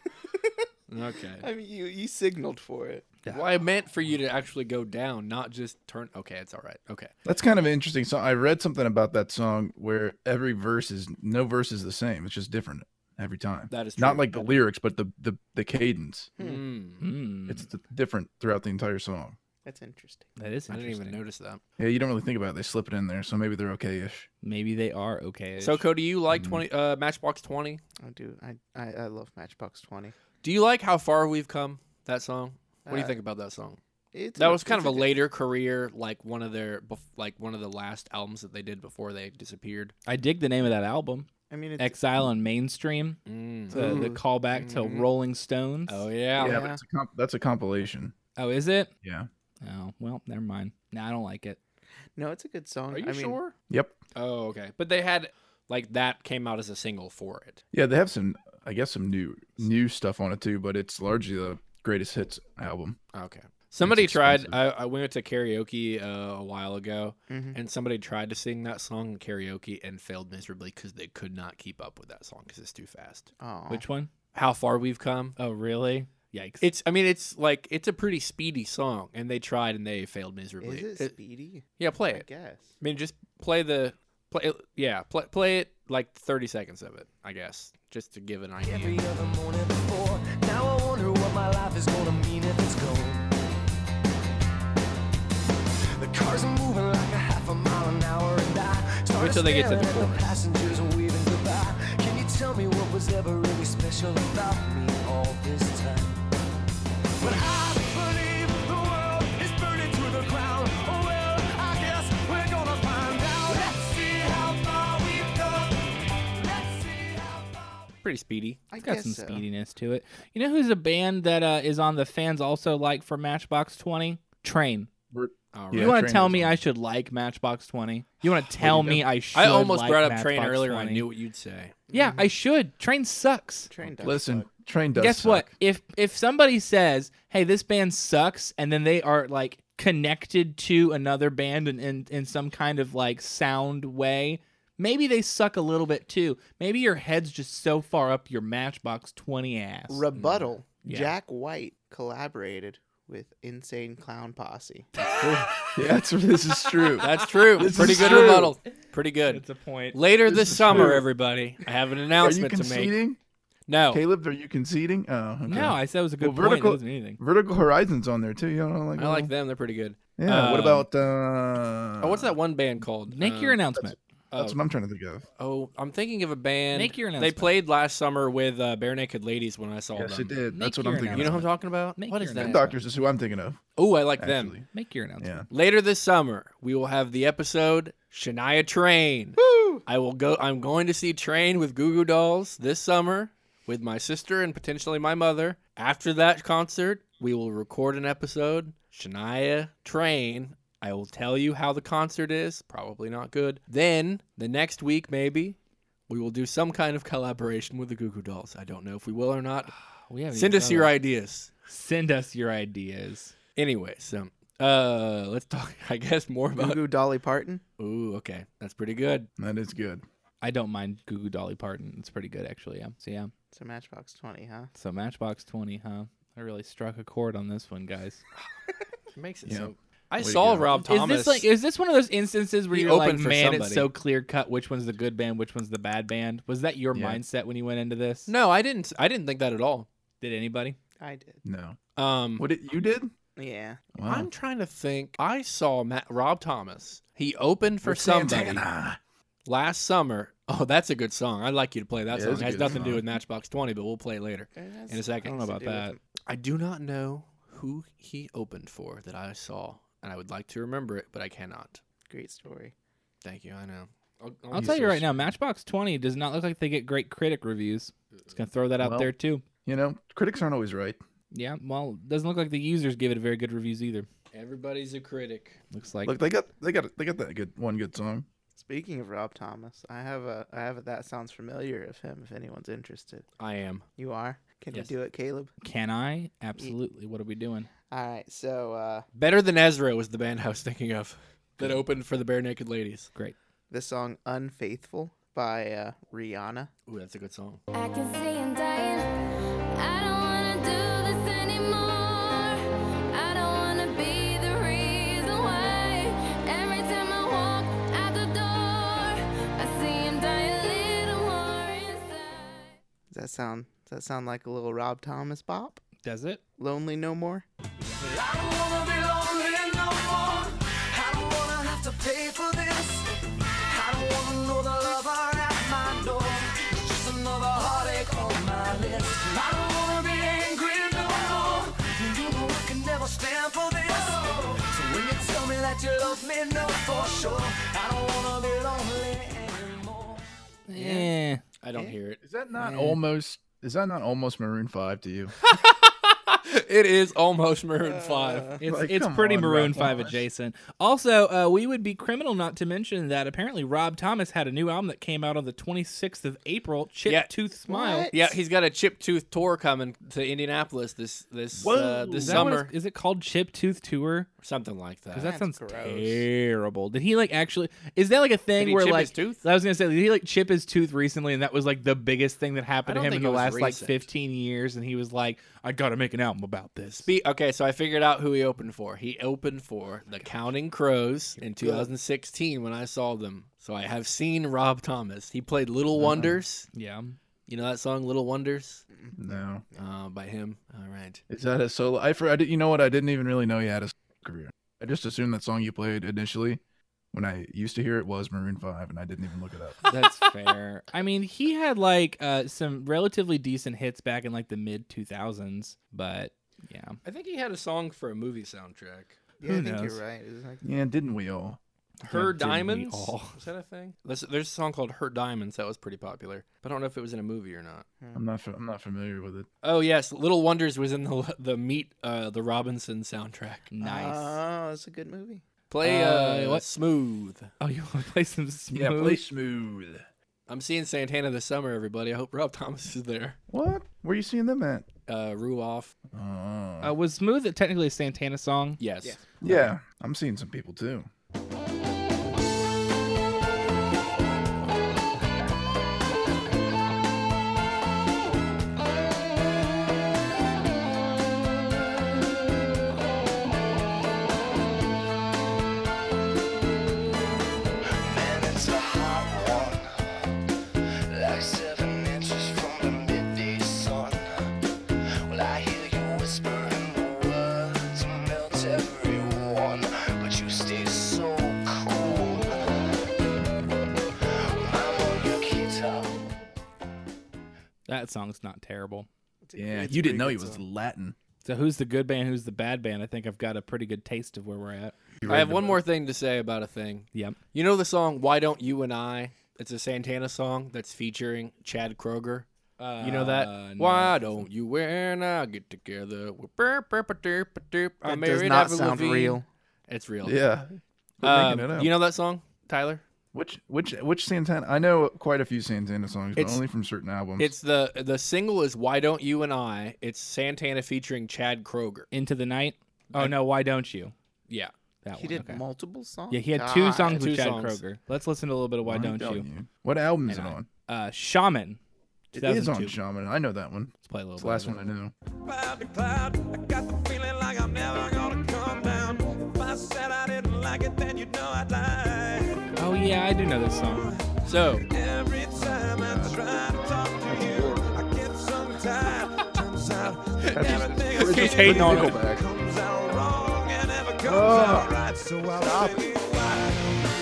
Speaker 1: Okay.
Speaker 3: I mean, you you signaled for it.
Speaker 1: Well, I meant for you to actually go down, not just turn. Okay, it's all right. Okay.
Speaker 4: That's kind of an interesting. So I read something about that song where every verse is no verse is the same. It's just different every time.
Speaker 1: That is
Speaker 4: not
Speaker 1: true.
Speaker 4: like the lyrics, but the the the cadence.
Speaker 1: Mm,
Speaker 2: Hmm.
Speaker 4: It's th- different throughout the entire song.
Speaker 3: That's interesting.
Speaker 2: that is
Speaker 1: I didn't
Speaker 2: interesting.
Speaker 1: even notice that.
Speaker 4: Yeah, you don't really think about it. They slip it in there, so maybe they're okay-ish.
Speaker 2: Maybe they are okay.
Speaker 1: So, Cody, you like
Speaker 4: Hmm.
Speaker 1: twenty uh, Matchbox Twenty?
Speaker 3: I do. I, I I love Matchbox Twenty.
Speaker 1: Do you like how far we've come? That song. What do you
Speaker 3: Uh,
Speaker 1: think about that song?
Speaker 3: It's
Speaker 1: That
Speaker 3: a-
Speaker 1: was kind of
Speaker 3: it's
Speaker 1: a
Speaker 3: good-
Speaker 1: later career, like one of their, bef- like one of the last albums that they did before they disappeared.
Speaker 2: I dig the name of that album,
Speaker 3: I mean, it's,
Speaker 2: Exile on Mainstream.
Speaker 1: Mm.
Speaker 2: The, the
Speaker 3: Ooh.
Speaker 2: callback to
Speaker 1: Mhm.
Speaker 2: Rolling Stones.
Speaker 1: Oh yeah.
Speaker 4: Yeah, but it's a comp- that's a compilation.
Speaker 2: Oh, is it?
Speaker 4: Yeah.
Speaker 2: Oh, well, never mind. No, I don't like it.
Speaker 3: no, it's a good song.
Speaker 1: Are you
Speaker 3: I mean,
Speaker 1: sure?
Speaker 4: Yep.
Speaker 1: Oh okay. But they had like that came out as a single for it.
Speaker 4: Yeah, they have some. I guess some new new stuff on it too, but it's largely the greatest hits album.
Speaker 1: Okay. Somebody tried.
Speaker 4: expensive.
Speaker 1: I, I went to karaoke uh, a while ago,
Speaker 3: Mhm.
Speaker 1: and somebody tried to sing that song in karaoke and failed miserably because they could not keep up with that song because it's too fast.
Speaker 3: Aw.
Speaker 2: Which one?
Speaker 1: How far we've come.
Speaker 2: Oh, really? Yikes.
Speaker 1: It's. I mean, it's like it's a pretty speedy song, and they tried and they failed miserably.
Speaker 3: is
Speaker 1: It-
Speaker 3: it? Speedy?
Speaker 1: yeah, play
Speaker 3: I
Speaker 1: it.
Speaker 3: guess.
Speaker 1: I mean, just play the play. uh, Yeah, play play it like thirty seconds of it. I guess just to give an
Speaker 7: Every
Speaker 1: idea.
Speaker 7: other morning before. Now I wonder what my life is gonna mean if it's gone. The cars are moving like a half a mile an hour, and I started
Speaker 1: Wait till they get to the
Speaker 7: staring at
Speaker 1: chorus.
Speaker 7: passengers and waving goodbye. Can you tell me what was ever really special about me all this time? But I believe the world is burning to the ground. Oh well, I guess we're gonna find out. Let's see how far we've come. Let's see how far.
Speaker 1: Pretty speedy.
Speaker 3: I
Speaker 2: It's got
Speaker 3: guess
Speaker 2: some
Speaker 3: so.
Speaker 2: speediness to it. You know who's a band that uh, is on the fans also like for Matchbox 20? Train.
Speaker 1: All right.
Speaker 4: Yeah,
Speaker 2: you want to
Speaker 4: Train
Speaker 2: tell
Speaker 4: is
Speaker 2: me
Speaker 4: on.
Speaker 2: I should like Matchbox 20? You
Speaker 1: [LAUGHS]
Speaker 2: want to tell me I should
Speaker 1: I almost
Speaker 2: like
Speaker 1: brought up train
Speaker 2: Matchbox
Speaker 1: earlier.
Speaker 2: 20?
Speaker 1: I knew Mm-hmm. what you'd say.
Speaker 2: Yeah, I should. Train sucks.
Speaker 3: Train does
Speaker 4: Listen,
Speaker 3: suck.
Speaker 4: Train does.
Speaker 2: Guess what?
Speaker 4: suck.
Speaker 2: If if somebody says, "Hey, this band sucks," and then they are like connected to another band in in, in some kind of like sound way, Maybe they suck a little bit too. Maybe your head's just so far up your Matchbox 20 ass.
Speaker 3: Rebuttal.
Speaker 2: Mm. Yeah.
Speaker 3: Jack White collaborated with Insane Clown
Speaker 2: [LAUGHS]
Speaker 3: Posse.
Speaker 4: [LAUGHS] Yeah, that's this is true.
Speaker 1: That's true.
Speaker 4: [LAUGHS] This
Speaker 1: Pretty
Speaker 4: is
Speaker 1: good
Speaker 4: true.
Speaker 1: rebuttal. Pretty good.
Speaker 2: It's a point.
Speaker 1: Later this,
Speaker 4: is
Speaker 1: summer,
Speaker 4: true.
Speaker 1: everybody, I have an
Speaker 4: Are you
Speaker 1: announcement to make. Oh.
Speaker 4: conceding,
Speaker 1: No,
Speaker 4: Caleb? Are you conceding? Oh, okay.
Speaker 2: No, I said it was a good point.
Speaker 4: Well,
Speaker 2: Vertical...
Speaker 4: vertical-
Speaker 2: It doesn't mean anything.
Speaker 4: Vertical Horizon's on there too. You don't like?
Speaker 1: I like them. They're pretty good.
Speaker 4: Yeah. what
Speaker 1: Um,
Speaker 4: about? Uh,
Speaker 1: Oh, what's that one band called?
Speaker 2: Make
Speaker 1: Um,
Speaker 2: your announcement.
Speaker 1: oh,
Speaker 4: That's what I'm trying to think of.
Speaker 1: oh, I'm thinking of a band.
Speaker 2: Make your
Speaker 1: They
Speaker 2: announcement.
Speaker 1: played last summer with uh, Bare Naked Ladies when I saw
Speaker 4: Yes,
Speaker 1: them.
Speaker 4: it did.
Speaker 2: Make
Speaker 4: That's what I'm
Speaker 2: your
Speaker 4: thinking.
Speaker 1: You know who I'm
Speaker 4: of.
Speaker 1: talking about?
Speaker 2: Make
Speaker 1: what
Speaker 2: your
Speaker 1: is
Speaker 4: Them
Speaker 1: that?
Speaker 2: announcement.
Speaker 4: Doctors is who I'm thinking of.
Speaker 1: Oh, I like them.
Speaker 4: Actually.
Speaker 2: Make your announcement.
Speaker 4: Yeah.
Speaker 1: Later this summer, we will have the episode Shania Train. I will go. I'm going to see Train with Goo Goo Dolls this summer with my sister and potentially my mother. After that concert, we will record an episode Shania Train. I will tell you how the concert is. Probably not good. Then the next week, maybe. We will do some kind of collaboration with the Goo Goo Dolls. I don't know if we will or not.
Speaker 2: We haven't
Speaker 1: Send
Speaker 2: even
Speaker 1: us
Speaker 2: done
Speaker 1: your
Speaker 2: that.
Speaker 1: ideas.
Speaker 2: Send us your ideas.
Speaker 1: Anyways, um, uh, let's talk. [LAUGHS] I guess more about.
Speaker 3: Goo Dolly Parton.
Speaker 1: Ooh, okay, that's pretty good.
Speaker 4: That is good.
Speaker 2: I don't mind Goo Goo Dolly Parton. It's pretty good actually. Yeah. So yeah.
Speaker 3: It's a Matchbox 20, huh?
Speaker 2: So Matchbox 20, huh? I really struck a chord on this one, guys.
Speaker 1: makes it
Speaker 4: Yeah.
Speaker 1: so. I
Speaker 4: Way to
Speaker 1: saw
Speaker 4: go.
Speaker 1: Rob [LAUGHS] Thomas.
Speaker 2: Is this like is this one of those instances where
Speaker 1: He
Speaker 2: you're like,
Speaker 1: opened for
Speaker 2: man, it's
Speaker 1: somebody."
Speaker 2: so clear cut which one's the good band, which one's the bad band? Was that your
Speaker 4: Yeah.
Speaker 2: mindset when you went into this?
Speaker 1: no, I didn't. I didn't think that at all.
Speaker 2: Did anybody?
Speaker 3: I did.
Speaker 4: No.
Speaker 1: Um,
Speaker 4: What it, you did?
Speaker 3: Yeah.
Speaker 4: Wow.
Speaker 1: I'm trying to think. I saw Matt, Rob Thomas. He opened for
Speaker 4: With
Speaker 1: somebody
Speaker 4: [LAUGHS] Santana.
Speaker 1: last summer. Oh, that's a good song. I'd like you to play that
Speaker 4: Yeah,
Speaker 1: song.
Speaker 4: that's
Speaker 1: It
Speaker 4: a
Speaker 1: has
Speaker 4: good
Speaker 1: nothing to do
Speaker 4: song.
Speaker 1: with Matchbox Twenty, but we'll play it later.
Speaker 3: In
Speaker 1: a second.
Speaker 2: I don't know about that.
Speaker 1: I do not know who he opened for that I saw, and I would like to remember it, but I cannot.
Speaker 3: Great story.
Speaker 1: Thank you. I know. I'll, I'll
Speaker 2: I'll
Speaker 1: be
Speaker 2: tell you
Speaker 1: so
Speaker 2: right now,
Speaker 1: s-
Speaker 2: Matchbox 20 does not look like they get great critic reviews. Just going to throw that out
Speaker 4: Well.
Speaker 2: there too.
Speaker 4: You know, critics aren't always right.
Speaker 2: Yeah, well, doesn't look like the users give it very good reviews either.
Speaker 1: Everybody's a critic.
Speaker 2: Looks like
Speaker 4: Look, they got they got they got that good one good song.
Speaker 3: Speaking of Rob Thomas, I have a I have a that sounds familiar of him if anyone's interested.
Speaker 1: I am.
Speaker 3: You are? Can
Speaker 1: Yes.
Speaker 3: you do it, Caleb?
Speaker 2: Can I? Absolutely. What are we doing?
Speaker 3: All right. So uh
Speaker 1: Better Than Ezra was the band I was thinking of that opened for the Bare Naked Ladies.
Speaker 2: Great.
Speaker 3: the song Unfaithful by uh, Rihanna.
Speaker 1: Ooh, that's a good song.
Speaker 8: I can see I'm dying. I don't wanna do this anymore. I don't wanna be the reason why. Every time I walk out the door, I see I'm dying a little more inside.
Speaker 3: Does that sound does that sound like a little Rob Thomas bop?
Speaker 2: Does it?
Speaker 3: Lonely No More?
Speaker 6: I don't wanna be lonely no more. I don't wanna have to pay for this. I don't wanna know the lover at my door. Just another heartache on my list. I don't wanna be angry no more. You know I can never stand for this. So when you tell me that you love me, no for sure. I don't wanna be lonely anymore.
Speaker 2: Yeah.
Speaker 1: I don't hear it. [LAUGHS]
Speaker 4: Is that not almost? Is that not almost Maroon Five to you?
Speaker 1: It is almost Maroon 5.
Speaker 2: It's,
Speaker 4: Like,
Speaker 2: it's
Speaker 4: come
Speaker 2: pretty
Speaker 4: on,
Speaker 2: Maroon
Speaker 4: Rob
Speaker 2: 5
Speaker 4: Thomas.
Speaker 2: adjacent. Also, uh, we would be criminal not to mention that apparently Rob Thomas had a new album that came out on the 26th of April, Chip
Speaker 1: Yeah.
Speaker 2: Tooth Smile.
Speaker 3: What?
Speaker 1: Yeah, he's got a chip tooth tour coming to Indianapolis this this uh, this
Speaker 2: Is that what
Speaker 1: summer.
Speaker 2: it's- Is it called Chip Tooth Tour?
Speaker 1: Something like that.
Speaker 2: Because that sounds
Speaker 3: gross.
Speaker 2: terrible. Did he like actually? Is that like a thing
Speaker 1: Did he
Speaker 2: where
Speaker 1: chip
Speaker 2: like
Speaker 1: his tooth?
Speaker 2: I was gonna say did he like chip his tooth recently, and that was like the biggest thing that happened to
Speaker 1: I don't
Speaker 2: him in
Speaker 1: think
Speaker 2: the
Speaker 1: it was
Speaker 2: last like
Speaker 1: recent.
Speaker 2: 15 years, and he was like, I gotta make an album about this.
Speaker 1: Spe- okay, so I figured out who he opened for. He opened for The Counting Crows in 2016 when I saw them. So I have seen Rob Thomas. He played Little Wonders.
Speaker 2: Yeah,
Speaker 1: You know that song, Little Wonders,
Speaker 4: [LAUGHS] No.
Speaker 1: uh, by him. All right.
Speaker 4: Is that a solo? I, for, I did, you know what? I didn't even really know he had a solo career. I just assumed that song you played initially, when I used to hear it, was Maroon Five, and I didn't even look it up.
Speaker 2: that's fair. I mean, he had like uh, some relatively decent hits back in like the mid 2000s, but yeah,
Speaker 1: I think he had a song for a movie soundtrack.
Speaker 3: Yeah,
Speaker 2: Who
Speaker 3: I think
Speaker 2: knows?
Speaker 3: you're right. It's like
Speaker 4: yeah, didn't we all?
Speaker 1: Her
Speaker 2: Didn't we
Speaker 1: Diamonds?
Speaker 2: all?
Speaker 1: Was that a thing? There's, there's a song called Her Diamonds that was pretty popular, but I don't know if it was in a movie or not.
Speaker 4: I'm not. fa- I'm not familiar with it.
Speaker 1: Oh yes, Little Wonders was in the the Meet uh, the Robinson soundtrack.
Speaker 2: nice.
Speaker 3: Oh, it's a good movie.
Speaker 1: Play uh,
Speaker 2: Uh, what?
Speaker 1: Smooth.
Speaker 2: oh, you want to play some smooth?
Speaker 4: Yeah, play smooth.
Speaker 1: I'm seeing Santana this summer, everybody. I hope Rob [LAUGHS] Thomas is there.
Speaker 4: What? Where you seeing them at?
Speaker 1: Uh, Rue off.
Speaker 4: Oh.
Speaker 2: uh, was smooth technically a Santana song?
Speaker 1: Yes.
Speaker 3: Yeah.
Speaker 4: yeah, I'm seeing some people too.
Speaker 2: That song's not terrible.
Speaker 3: It's a-
Speaker 4: Yeah,
Speaker 3: it's a pretty
Speaker 4: you didn't know
Speaker 3: good
Speaker 4: he was
Speaker 3: song.
Speaker 4: Latin.
Speaker 2: So who's the good band? Who's the bad band? I think I've got a pretty good taste of where we're at.
Speaker 1: I have one more thing to say about a thing.
Speaker 2: Yep.
Speaker 1: You know the song "Why Don't You and I"? It's a Santana song that's featuring Chad Kroger.
Speaker 2: Uh,
Speaker 1: You know that?
Speaker 2: no.
Speaker 1: Why don't you and I get together? We're burp, burp, burp, burp, burp, burp. I
Speaker 3: That does
Speaker 1: Uh, married
Speaker 3: not
Speaker 1: Avril
Speaker 3: sound
Speaker 1: Lavigne.
Speaker 3: real.
Speaker 1: It's real.
Speaker 4: Yeah.
Speaker 1: Um,
Speaker 4: making it up.
Speaker 1: you know that song, Tyler?
Speaker 4: Which which which Santana? I know quite a few Santana songs, but
Speaker 1: It's-
Speaker 4: only from certain albums.
Speaker 1: It's the the single is "Why Don't You and I." It's Santana featuring Chad Kroger.
Speaker 2: Into the Night? Oh, no. Why don't you?
Speaker 1: Yeah,
Speaker 2: That one.
Speaker 3: He did
Speaker 2: okay.
Speaker 3: multiple songs.
Speaker 2: Yeah, he had two
Speaker 3: God.
Speaker 2: songs
Speaker 1: Two
Speaker 2: with Chad
Speaker 1: songs.
Speaker 2: Kroger. Let's listen to a little bit of Why, Don't You.
Speaker 4: What album is it
Speaker 2: And I-
Speaker 4: on?
Speaker 2: Uh, Shaman.
Speaker 4: It is on
Speaker 2: 2002.
Speaker 4: Shaman. I know that one.
Speaker 2: Let's play a little
Speaker 4: It's
Speaker 2: bit.
Speaker 4: the last
Speaker 2: of it.
Speaker 4: one I know.
Speaker 7: cloud to cloud. I got the feeling like I'm never gonna come down. If I said I didn't like it, then you'd know I'd lie.
Speaker 2: Oh, yeah. I do know this song.
Speaker 1: So
Speaker 7: Every time I try to talk to you, I get some tired. Turns out that everything
Speaker 1: [LAUGHS]
Speaker 7: I
Speaker 1: just
Speaker 7: say
Speaker 1: hating on him.
Speaker 7: comes out wrong and never comes out right. So I'll tell you why.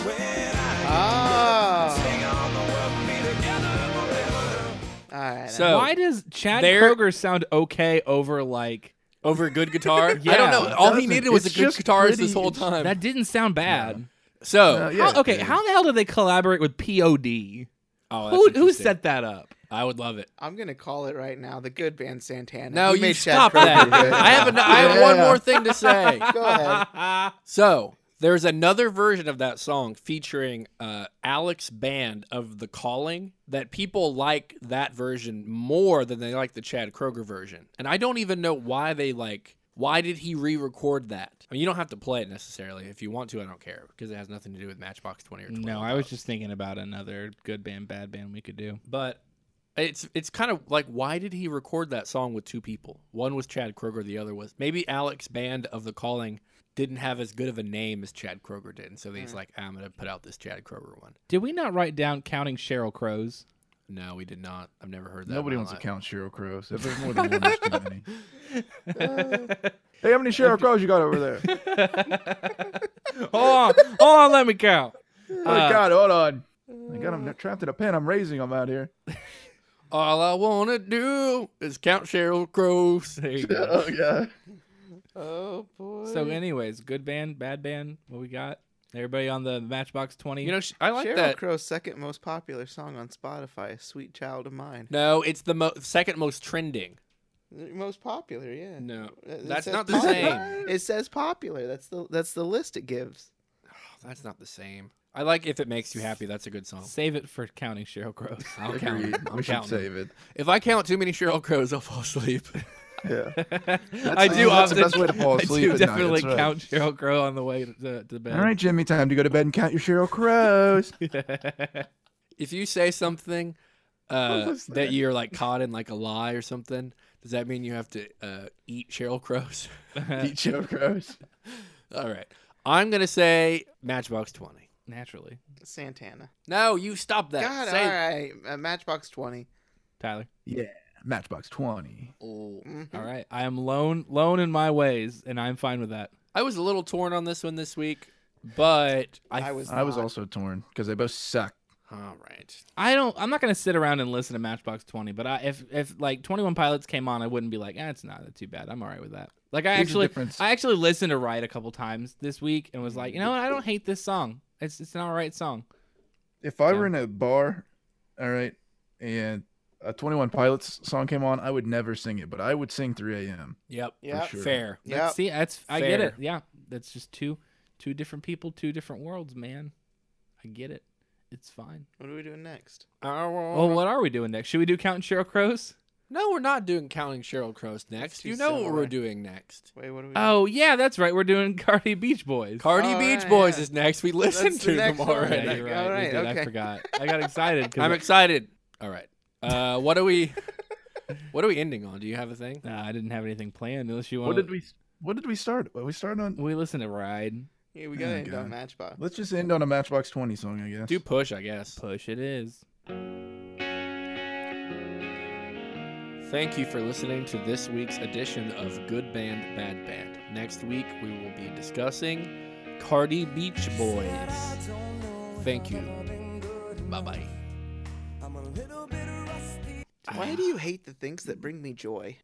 Speaker 7: When I
Speaker 3: Oh.
Speaker 7: sing all the world be together forever.
Speaker 3: All right.
Speaker 1: So-
Speaker 2: Why does Chad
Speaker 1: There-
Speaker 2: Kroger sound okay over like
Speaker 1: over good guitar.
Speaker 2: Yeah.
Speaker 1: I don't know. All he
Speaker 4: Doesn't-
Speaker 1: needed was a
Speaker 4: it's
Speaker 1: good
Speaker 4: just
Speaker 1: guitarist
Speaker 4: pretty-
Speaker 1: this whole
Speaker 4: it's-
Speaker 1: time.
Speaker 2: that? Didn't sound bad.
Speaker 1: so
Speaker 4: Uh,
Speaker 2: How-
Speaker 4: yeah,
Speaker 2: okay,
Speaker 4: it
Speaker 2: how the hell did they collaborate with POD?
Speaker 1: oh, that's
Speaker 2: Who, who
Speaker 1: interesting.
Speaker 2: set that [LAUGHS] up?
Speaker 1: I would love it.
Speaker 3: I'm gonna call it right now. The good band Santana.
Speaker 1: No,
Speaker 3: He
Speaker 1: you
Speaker 3: made Chad
Speaker 1: stop
Speaker 3: Kroger.
Speaker 1: that. I have an, I have one
Speaker 4: Yeah.
Speaker 1: more thing to say. [LAUGHS]
Speaker 3: Go ahead.
Speaker 1: So there's another version of that song featuring uh, Alex Band of The Calling that people like that version more than they like the Chad Kroger version, and I don't even know why they like. Why did he re-record that? I mean, you don't have to play it necessarily. If you want to, I don't care because it has nothing to do with Matchbox Twenty or 12.
Speaker 2: No, I was just thinking about another good band, bad band we could do.
Speaker 1: But it's it's kind of like why did he record that song with two people? One was Chad Kroger, the other was maybe Alex Band of the Calling didn't have as good of a name as Chad Kroger did, and so
Speaker 3: Mm.
Speaker 1: he's like, "Ah, I'm gonna put out this Chad Kroger one.
Speaker 2: Did we not write down counting Cheryl Crows?
Speaker 1: No, we did not. I've never heard that.
Speaker 4: Nobody
Speaker 1: in my
Speaker 4: wants to
Speaker 1: life.
Speaker 4: count Cheryl Crow. So if there's more [LAUGHS] than one, there's too many. hey, how many [LAUGHS] Cheryl Crows you got over there?
Speaker 2: [LAUGHS] Hold on, hold on, let me count. Uh,
Speaker 4: Oh
Speaker 1: Uh,
Speaker 4: God, hold on. I got him trapped in a pen. I'm raising him out here.
Speaker 1: All I wanna do is count Cheryl Crows.
Speaker 4: [LAUGHS]
Speaker 1: There you go.
Speaker 4: [LAUGHS] Oh God.
Speaker 3: Oh boy.
Speaker 2: So, anyways, good band, bad band, what we got? Everybody on the Matchbox 20?
Speaker 1: You know, sh- I like
Speaker 3: Cheryl
Speaker 1: that.
Speaker 3: Crow's second most popular song on Spotify, "Sweet Child of Mine."
Speaker 1: no, it's the mo- second most trending.
Speaker 3: Most popular, yeah.
Speaker 1: No,
Speaker 3: It- it
Speaker 1: that's
Speaker 3: says
Speaker 1: not the
Speaker 3: popular.
Speaker 1: same.
Speaker 3: It says popular. That's the that's the list it gives.
Speaker 1: That's not the same. I like if it makes you happy. That's a good song.
Speaker 2: save it for counting Cheryl Crows.
Speaker 1: I'll count. 'em.
Speaker 4: Agreed.
Speaker 1: I'm
Speaker 4: we should
Speaker 1: counting. 'em.
Speaker 4: save it.
Speaker 1: If I count too many Cheryl Crows, I'll fall asleep. [LAUGHS]
Speaker 4: Yeah.
Speaker 2: I
Speaker 4: the-
Speaker 2: do
Speaker 4: that's
Speaker 2: often.
Speaker 4: the best way to fall
Speaker 2: [LAUGHS] I
Speaker 4: asleep
Speaker 2: do
Speaker 4: at night,
Speaker 2: definitely
Speaker 4: that's right.
Speaker 2: count Cheryl Crow on the way to, to bed.
Speaker 4: All right, Jimmy. Time to go to bed and count your
Speaker 1: [LAUGHS]
Speaker 4: Cheryl Crows.
Speaker 1: if you say something uh, that? you're like caught in like a lie or something, does that mean you have to uh, eat Cheryl Crows?
Speaker 2: [LAUGHS]
Speaker 1: Uh,
Speaker 4: Eat Cheryl Crows.
Speaker 1: [LAUGHS] All right, I'm gonna say Matchbox Twenty.
Speaker 2: Naturally.
Speaker 3: Santana.
Speaker 1: No, you stop that.
Speaker 3: God,
Speaker 1: Say-
Speaker 3: all right. Uh, Matchbox Twenty.
Speaker 2: Tyler.
Speaker 4: Yeah. Matchbox 20.
Speaker 3: Mhm.
Speaker 2: All right. I am lone lone in my ways and I'm fine with that.
Speaker 1: I was a little torn on this one this week, but I,
Speaker 3: I was.
Speaker 4: I was
Speaker 3: not.
Speaker 4: also torn because they both suck.
Speaker 1: all right.
Speaker 2: I don't I'm not going to sit around and listen to Matchbox 20, but I if if like 21 Pilots came on, I wouldn't be like, "Ah, it's not too bad. I'm all right with that." Like I
Speaker 4: Here's the
Speaker 2: actually
Speaker 4: difference. Mm.
Speaker 2: I actually listened to Right a couple times this week and was like, "You know what? I don't hate this song. It's it's an all right song."
Speaker 4: If I
Speaker 2: Yeah.
Speaker 4: were in a bar, all right, and a 21 Pilots song came on, I would never sing it, but I would sing 3 a.m.
Speaker 1: Yep.
Speaker 3: Yeah.
Speaker 4: sure.
Speaker 1: Fair.
Speaker 3: Yeah.
Speaker 2: See, that's I get
Speaker 1: Fair.
Speaker 2: it. Yeah. That's just two two different people, two different worlds, man. I get it. It's fine.
Speaker 3: What are we doing next?
Speaker 2: Oh, what are we doing next? Should we do Count Cheryl Crows?
Speaker 1: No, we're not doing counting Cheryl Crows next.
Speaker 3: too
Speaker 1: You know what
Speaker 3: similar.
Speaker 1: we're doing next.
Speaker 3: Wait, what are we?
Speaker 2: Oh yeah, that's right. We're doing [LAUGHS] Cardi Beach Boys.
Speaker 1: Cardi
Speaker 3: All
Speaker 1: Beach
Speaker 3: right,
Speaker 1: Boys
Speaker 3: yeah.
Speaker 1: is next. We listened
Speaker 3: That's the
Speaker 1: to them
Speaker 3: next one.
Speaker 1: already.
Speaker 2: yeah, you're right.
Speaker 3: All
Speaker 2: We
Speaker 3: right,
Speaker 2: did. I
Speaker 3: okay.
Speaker 2: forgot. I got excited. 'cause
Speaker 1: I'm
Speaker 2: I-
Speaker 1: excited. All right. Uh, what are we? [LAUGHS] what are we ending on? Do you have a thing?
Speaker 2: Nah, I didn't have anything planned unless you want.
Speaker 4: What did we What did we start? Well, we started on
Speaker 2: We listened to Ride.
Speaker 3: yeah, we gotta
Speaker 4: Oh,
Speaker 3: end
Speaker 4: God.
Speaker 3: on Matchbox.
Speaker 4: Let's just end on a Matchbox 20 song, I guess.
Speaker 1: Do push, I guess.
Speaker 2: Push it is.
Speaker 1: Thank you for listening to this week's edition of Good Band Bad Band. Next week we will be discussing Cardi Beach Boys. Thank you. Bye bye.
Speaker 7: I'm a little bit rusty.
Speaker 3: Why do you hate the things that bring me joy?